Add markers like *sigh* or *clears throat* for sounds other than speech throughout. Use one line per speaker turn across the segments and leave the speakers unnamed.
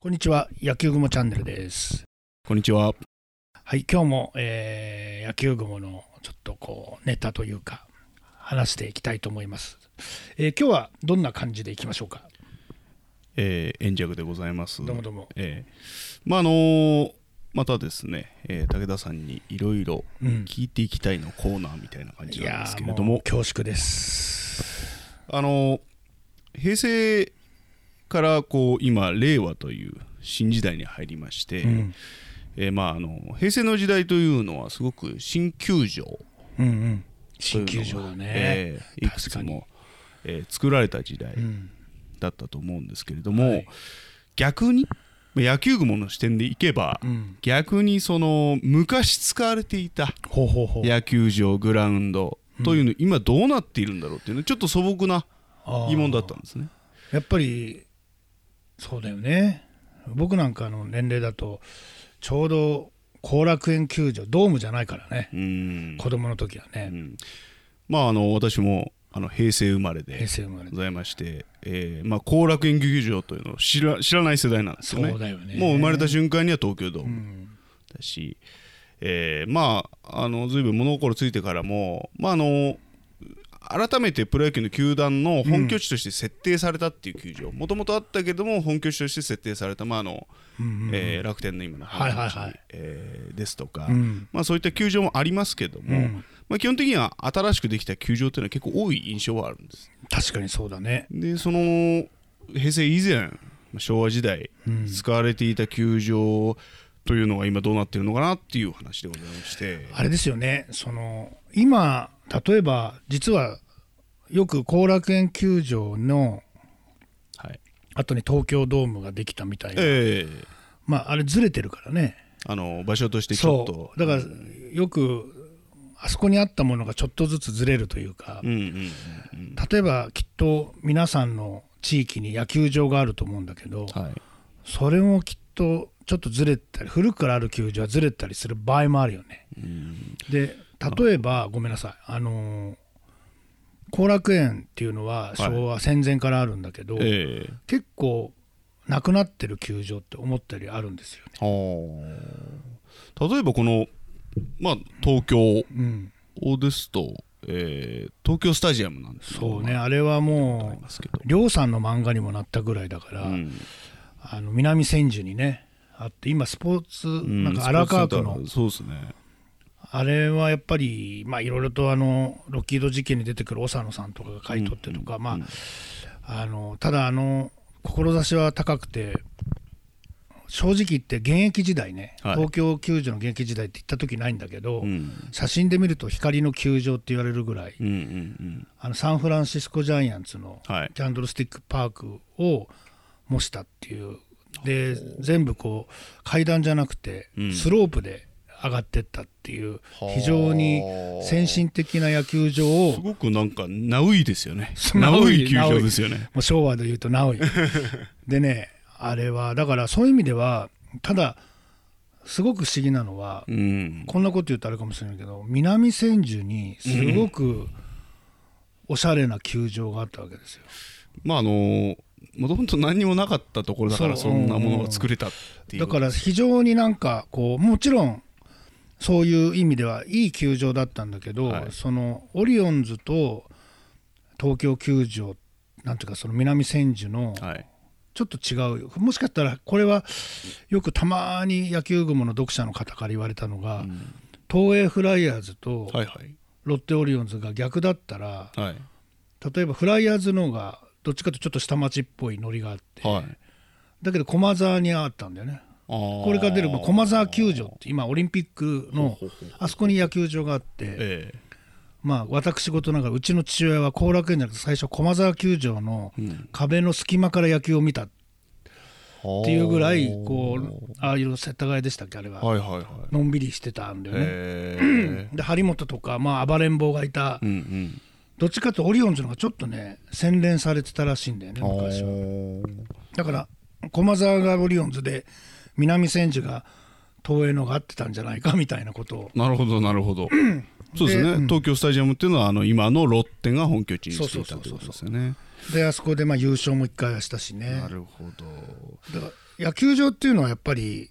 こんにちは野球雲チャンネルです
こんにちは。
はい今日も、えー野球雲のちょっとこうネタというか話していきたいと思います、えー今日はどんな感じでいきましょうか
えー、円弱でございます。
どうもどうも
えーまああのーまたですね、えー武田さんにいろいろ
うん
聞いていきたいのコーナーみたいな感じ
い
なん
や
です
ー
けれど
もう
も、
恐縮です
あのー平成からこう今令和という新時代に入りまして、
うん
えーまああの平成の時代というのはすごく新球場
うんうん
とい
新
うのが
球場だね、
えーいくつかもえー作られた時代
うん
だったと思うんですけれども、
はい
逆にまあ野球雲の視点でいけば、
うん
逆にその昔使われていた
ほうほうほう
野球場グラウンドというの、今どうなっているんだろうっていうのちょっと素朴な
あー
疑問だったんですね。
やっぱりそうだよね僕なんかの年齢だとちょうど後楽園球場ドームじゃないからね
うん
子供の時はね、
うんまああの私もあの平成生まれ
平
で
成生まれ
ございまして、えーまあ、後楽園球場というのを知ら知らない世代なんですよね。
そうだよね
もう生まれた瞬間には東京ドーム、
うん
だし、えーまああの随分物心ついてからも、まあ、あの改めてプロ野球の球団の本拠地として設定されたっていう球場もともとあったけども本拠地として設定された、まああの
うんうん
えー楽天の今の
はいはいはい
本拠地えーですとか、
うん
まあ、そういった球場もありますけども、
うん
まあ、基本的には新しくできた球場っていうのは結構多い印象はあるんです。
確かにそうだね
でその平成以前まあ昭和時代
うん
使われていた球場というのが今どうなってるのかなっていう話でございまして、
あれですよねその今例えば実はよく後楽園球場の
はい
後に東京ドームができたみたいな、
ええ
まああれずれてるからね
あの場所としてちょっと
そうだからよくあそこにあったものがちょっとずつずれるというか、
うんうんうんうん
例えばきっと皆さんの地域に野球場があると思うんだけど、
はい
それもきっとちょっとずれたり古くからある球場はずれたりする場合もあるよね。
うん
で例えばごめんなさいあのー後楽園っていうのは昭和戦前からあるんだけど、
ええ
結構なくなってる球場って思ったよりあるんですよね。
あー例えばこのまあ東京
うん、
ですと、ええ東京スタジアムなんです
そうね
あ
あれは
り
も
ますけど
う亮さんの漫画にもなったぐらいだから、
うん
あの南千住にねあって今スポーツ、
うん
なんか荒川区の
そうですね
あれはやっぱり、まあ、いろいろとあのロッキード事件に出てくる長野さんとかが買い取ってとか、まあ、あのただあの、志は高くて、正直言って、現役時代ね、
はい
東京球場の現役時代って行った時ないんだけど、
うん
写真で見ると光の球場って言われるぐらい、
うんうんうん
あのサンフランシスコ・ジャイアンツの
はい
キャンドルスティック・パークを模したっていう、で全部こう階段じゃなくて
うん
スロープで上がってったっていう、非常に先進的な野球場を
すごくなんかナウイです
*laughs*
よね
ナ
ナ
ウ
ウ
イ
イ球場ですよね
もう昭和で言うとな
*laughs*
おいでねあれはだからそういう意味ではただすごく不思議なのは、
うん
こんなこと言うとあれかもしれないけど南千住にすごくおしゃれな球場があったわけですよ。
まああのもともと何にもなかったところだから
そ
そう
うん
んなものが作れたってい
だ
う
から非常になんかこうもちろんそういう意味ではいい球場だったんだけど、
はい
そのオリオンズと東京球場なんていうかその南千住の
はい
ちょっと違うよもしかしたらこれはよくたまに野球雲の読者の方から言われたのが、
ん
東映フライヤーズと
はいはい
ロッテオリオンズが逆だったら
はい
例えばフライヤーズの方がどっちかというとちょっと下町っぽいノリがあって
はい
だけど駒沢にあったんだよね
こ
これから出るまあ駒沢球場って今オリンピックの
ほうほうほう
あそこに野球場があって
え
まあ私事ながらうちの父親は後楽園じゃなくて最初駒沢球場の
え
壁の隙間から野球を見たっていうぐらい
はあ
こうああいう世田谷でしたっけあれは
はいはいはい
のんびりしてたんだよね。
ええ
で張本とか、まあ、暴れん坊がいた
うんうん
どっちかというとオリオンズの方がちょっとね洗練されてたらしいんだよね
あ
昔は
ー
だから駒沢がオリオンズで南千住が東映のが合ってたんじゃないかみたいなことを
なるほどな
*clears throat*
るほどそうですね東京スタジアムっていうのはあの今のロッテが本拠地にしていたということですよね
であそこでまあ優勝も一回はしたしね
なるほど
だから野球場っていうのはやっぱり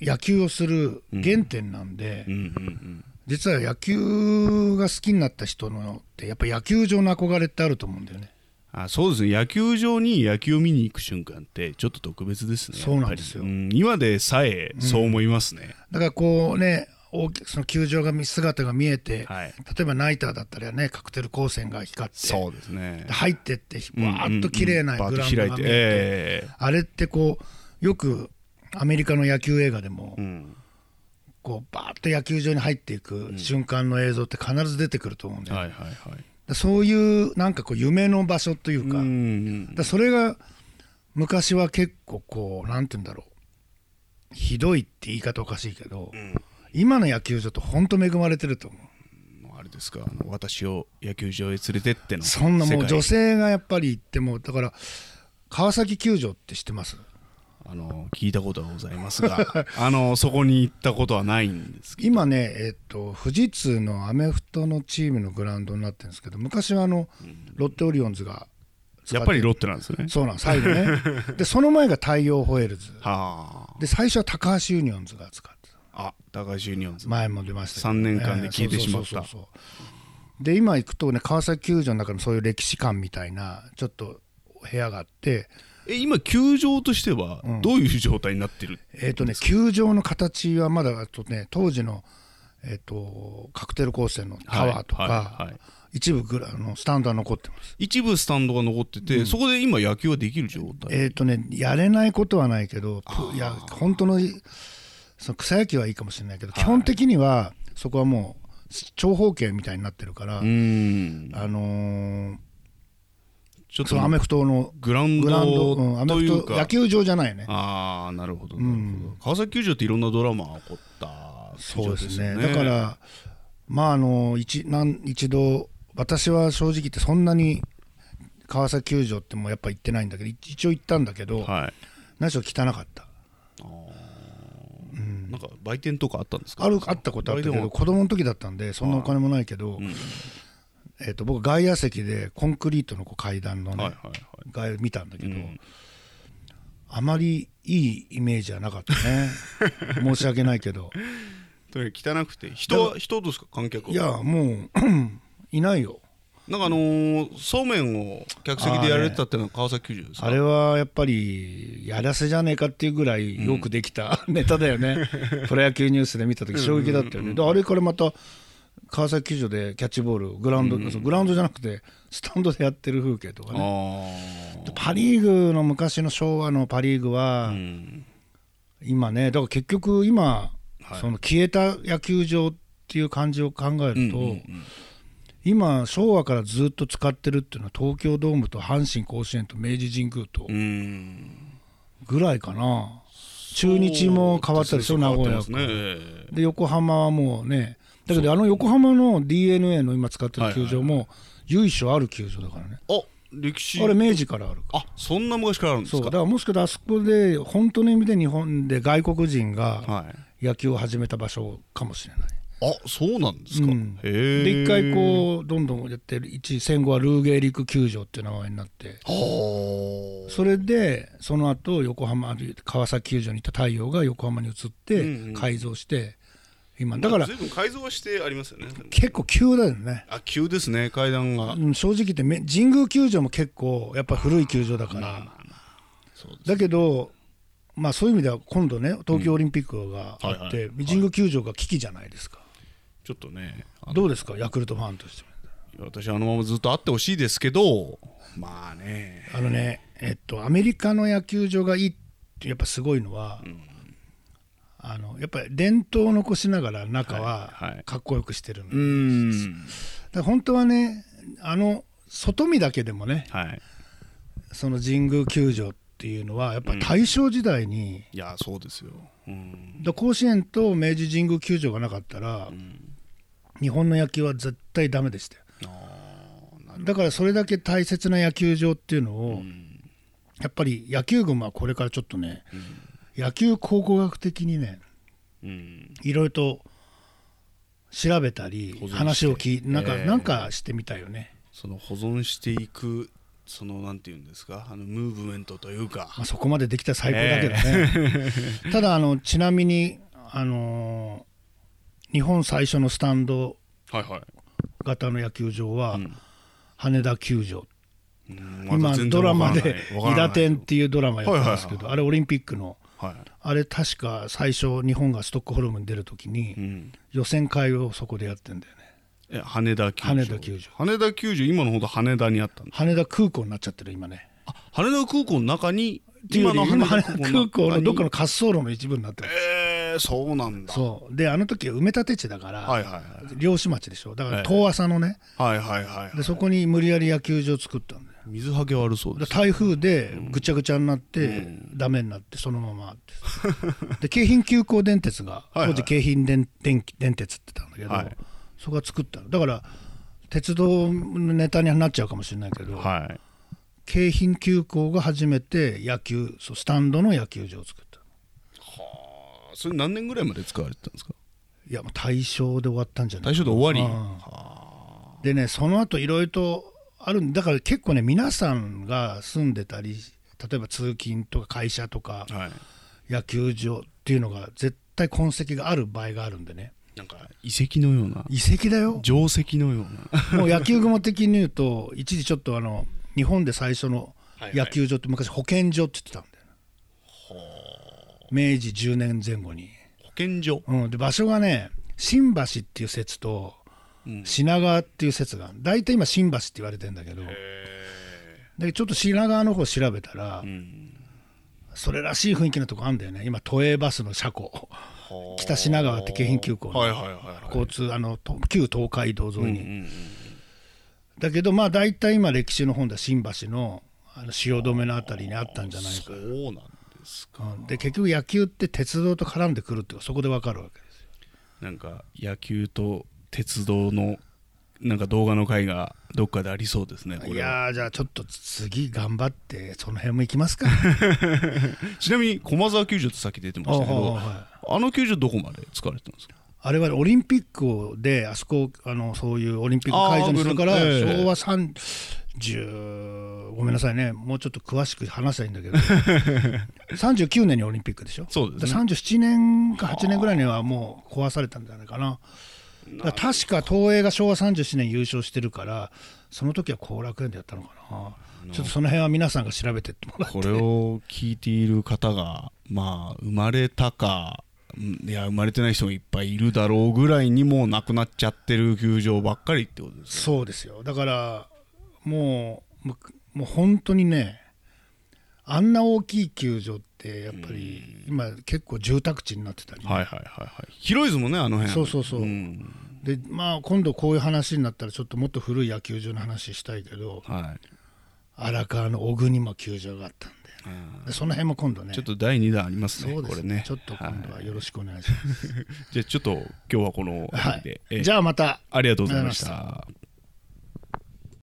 野球をする原点なんで、
うんうん
実は野球が好きになった人のってやっぱ野球場の憧れってあると思うんだよね。
あそうですね野球場に野球を見に行く瞬間ってちょっと特別ですね
そうなんですよ
やっぱりうん今でさえそう思いますね、
だからこうね大きその球場が見姿が見えて、
はい
例えばナイターだったらねカクテル光線が光って
そうですね
入ってってわ
うんうんうん
ーっと綺麗な
バーッ
グ
と
ラウンドが
開い
見
て
えて、
え
あれってこうよくアメリカの野球映画でも、
えうん
こうバーッと野球場に入っていく瞬間の映像って必ず出てくると思うんだよね
はいはいはい
だそういうなんかこう夢の場所というか,、
うん
だそれが昔は結構こうなんて言うんだろうひどいって言い方おかしいけど、今の野球場と本当恵まれてると思う
もうあれですかあの私を野球場へ連れてっての
そんなもう
世界
女性がやっぱり行ってもだから川崎球場って知ってます
あの聞いたことはございますが *laughs* あのそこに行ったことはないんですけど
今ねえっと富士通のアメフトのチームのグラウンドになってるんですけど昔はあのロッテオリオンズが
やっぱりロッテなんですよね
そうなん最
*laughs*
後ねでその前が太陽ホエールズ
はあ
で最初は高橋ユニオンズが使ってた
あ高橋ユニオンズ
前も出ましたけど
3年間で消えてしまった
そうそうそうそうで今行くとね川崎球場の中のそういう歴史館みたいなちょっと部屋があって
え今球場としてはどういう状態になってる、
えっ、とね球場の形はまだあとね当時のえっ、とカクテル光線のタワーとか、
はいはいはい
一部グラあのスタンドは残ってます
一部スタンドが残ってて、そこで今野球はできる状態、
えっ、とねやれないことはないけどプいや本当のその草野球はいいかもしれないけど、基本的にはそこはもう長方形みたいになってるから、
うーん
あのー
ちょっ
そ
と
のアメフトの
グラウン
グラウンド、
ド
うん、アメ
と
フ
いう
ト
か
野球場じゃないね
ああなるほどなるほど、川崎球場っていろんなドラマが起こった球
そう
場
です
よ
ねだからまああの一なん一度私は正直言ってそんなに川崎球場ってもうやっぱ行ってないんだけど一一応行ったんだけど、
はい
何しろ汚かった
なんか売店とかあったんですか
あるあったことあったけ
あれで
ど
も
子供の時だったんでそんなお金もないけど、えっと僕外野席でコンクリートのこう階段のね、
はいはいはい
外見たんだけど、
ん
あまりいいイメージはなかったね申し訳ないけ
*laughs*
ど
とにかく汚くて人は人ですか観客はい
やもう *clears throat* いないよ
なんかあのーそうめんを客席でやられてたっていうのは川崎球場ですか
あれはやっぱりやらせじゃねえかっていうぐらいよくできた *laughs* ネタだよね、
*laughs*
プロ野球ニュースで見た時衝撃だったよね、であれからまた川崎球場でキャッチボールグラウンド、そうグラウンドじゃなくてスタンドでやってる風景とか
あ
ね
ー
パ・リーグの昔の昭和のパ・リーグは、
うん
今ねだから結局今、その消えた野球場っていう感じを考えると、今昭和からずっと使ってるっていうのは東京ドームと阪神甲子園と明治神宮と
うん
ぐらいかな、中日も変わったでしょ名古屋
変わってますね
で横浜はもうねだけどあの横浜の d n a の今使ってる球場も由緒ある球場だからね
あ歴史
あれ明治からあるから
あそんな昔からあるんで
そう
す
だか
か
らもしかしたらあそこで本当の意味で日本で外国人が
はい
野球を始めた場所かもしれない
あそうなんですか、
うん
へ
で
え
一回こうどんどんやってる一戦後はルーゲーリック球場っていう名前になって
は
それでその後横浜川崎球場にいた太陽が横浜に移っ
うんう
て
ん
改造して今
あ
だから
随分改造はしてありますよね
結構急だよね、
あ急ですね階段が、
うん、正直言ってめ神宮球場も結構やっぱ古い球場だから
そうです
だけどまあそういう意味では今度ね東京オリンピックがあっ
はい
て神宮球場が危機じゃないですか
ちょっとねあの
どうですかヤクルトファンとして
私あのままずっと会ってほしいですけどまあね
あのねえっとアメリカの野球場がいいってやっぱすごいのは、あのやっぱり伝統を残しながら中
はいは
はいかっこよくしてるの、
う
だ
ん
から本当はねあの外見だけでもね
はい
その神宮球場っていうのはやっぱ大正時代に、
いやそうですよ、うん、
だ甲子園と明治神宮球場がなかったら、日本の野球は絶対ダメでしたよだからそれだけ大切な野球場っていうのを、やっぱり野球群はこれからちょっとね、野球考古学的にね
うん、
いろいろと調べたり
保存して
話を聞いなんか、
ええ
なんかしてみたいよね
その保存していくそのなんていうんですかあのムーブメントというか、
まあ、そこまでできたら最高だけどね、 *laughs*
*laughs*
ただあのちなみに、あのー日本最初のスタンド
はいはい、
型の野球場は、
うん
羽田球場
うんまだ
今
全然
ドラ
わ
マ
から
で
な
「
いわから
伊
ない
田天」っていうドラマやったんですけ
はい
どあれオリンピックの
は
あれ確か最初日本がストックホルムに出るとき
い、う
に
ん、
予選会をそこでやってんだよね
え羽田球場
羽田球場
羽田球場今のほど羽田にあったんだ
羽田空港になっちゃってる今ね
あ羽田空港の中に
っていうより今羽田
空
空港
港
のどっかの
の中に
滑走路の一部になってる
えー、そうなんだ
そうであの時は埋め立て地だから、
はいはいはい
漁師町でしょだから
ええ
遠浅のね、
はいはいはい
でそこに無理やり野球場作ったんだよ
水はけ悪そうで
です台風でぐちゃぐちゃになって、ダメになってそのまま
*laughs*
ってで京浜急行電鉄が
いはい
当時京浜電電電鉄って言ったんだけど、
はい
そこが作ったのだから鉄道のネタになっちゃうかもしれないけど、
はい
京浜急行が初めて野球そうスタンドの野球場を作った
あそれ何年ぐらいまで使われてたんですか
いやもう大正で終わったんじゃない
大正で終わり
でねその後いろいろとあるんだから結構ね皆さんが住んでたり例えば通勤とか会社とか
はい
野球場っていうのが絶対痕跡がある場合があるんでね
なんか遺跡のような
遺跡だ
*laughs*
よ
定石のような
もう野球雲的に言うと一時ちょっとあの日本で最初の
はいはい
野球場って昔保健所って言ってたんだよな、明治10年前後に、
保健所
うん、で場所がね新橋っていう説と
うん
品川っていう説がある大体今新橋って言われてんだけどでちょっと品川の方調べたら、
ん
それらしい雰囲気のとこあるんだよね今都営バスの車庫北品川って京浜急行の
はいはいはいはい
交通あのと旧東海道沿いに、
うんうん
だけどまあ大体今歴史の本では新橋のあの汐留のあたりにあったんじゃない
そ
か
うなんですか
うんで結局野球って鉄道と絡んでくるっていうのはそこで分かるわけですよ
なんか野球と鉄道のなんか動画の回がどっかでありそうですねこれはい
やーじゃあちょっと次頑張ってその辺も行きます
*laughs*
か
ちなみに駒沢球場ってさっき出てましたけ
おうおうおう
ど
は
あの球場どこまで使われてたんですか
あれはオリンピックをであそこあのそういうオリンピック会場にするから
あー
昭和30ごめんなさいねもうちょっと詳しく話したいんだけど
*laughs*
39年にオリンピックでしょ
そうですね
だから37年か8年ぐらいにはもう壊されたんじゃないかなだから確か東映が昭和37年優勝してるからその時は後楽園でやったのかなちょっとその辺は皆さんが調べてってもらって
これを聞いている方がまあ生まれたかうんいや生まれてない人もいっぱいいるだろうぐらいにもうなくなっちゃってる球場ばっかりってことです
そうですよだからもうむもう本当にねあんな大きい球場ってやっぱり今結構住宅地になってたり、
はいはいはいはい広いですもんねあの辺
そうそうそう
うん
でまあ今度こういう話になったらちょっともっと古い野球場の話したいけど
は
荒川の小国も球場があったんで,、でその辺も今度ね
い、ちょっと第2弾ありますね
そうで
こ
す
れ
ね
ね
ちょっと今度はよろしくお願いします、
じゃあちょっと今日はこの辺
は
り
い、
でえー
じゃあまた
ありがとうございました。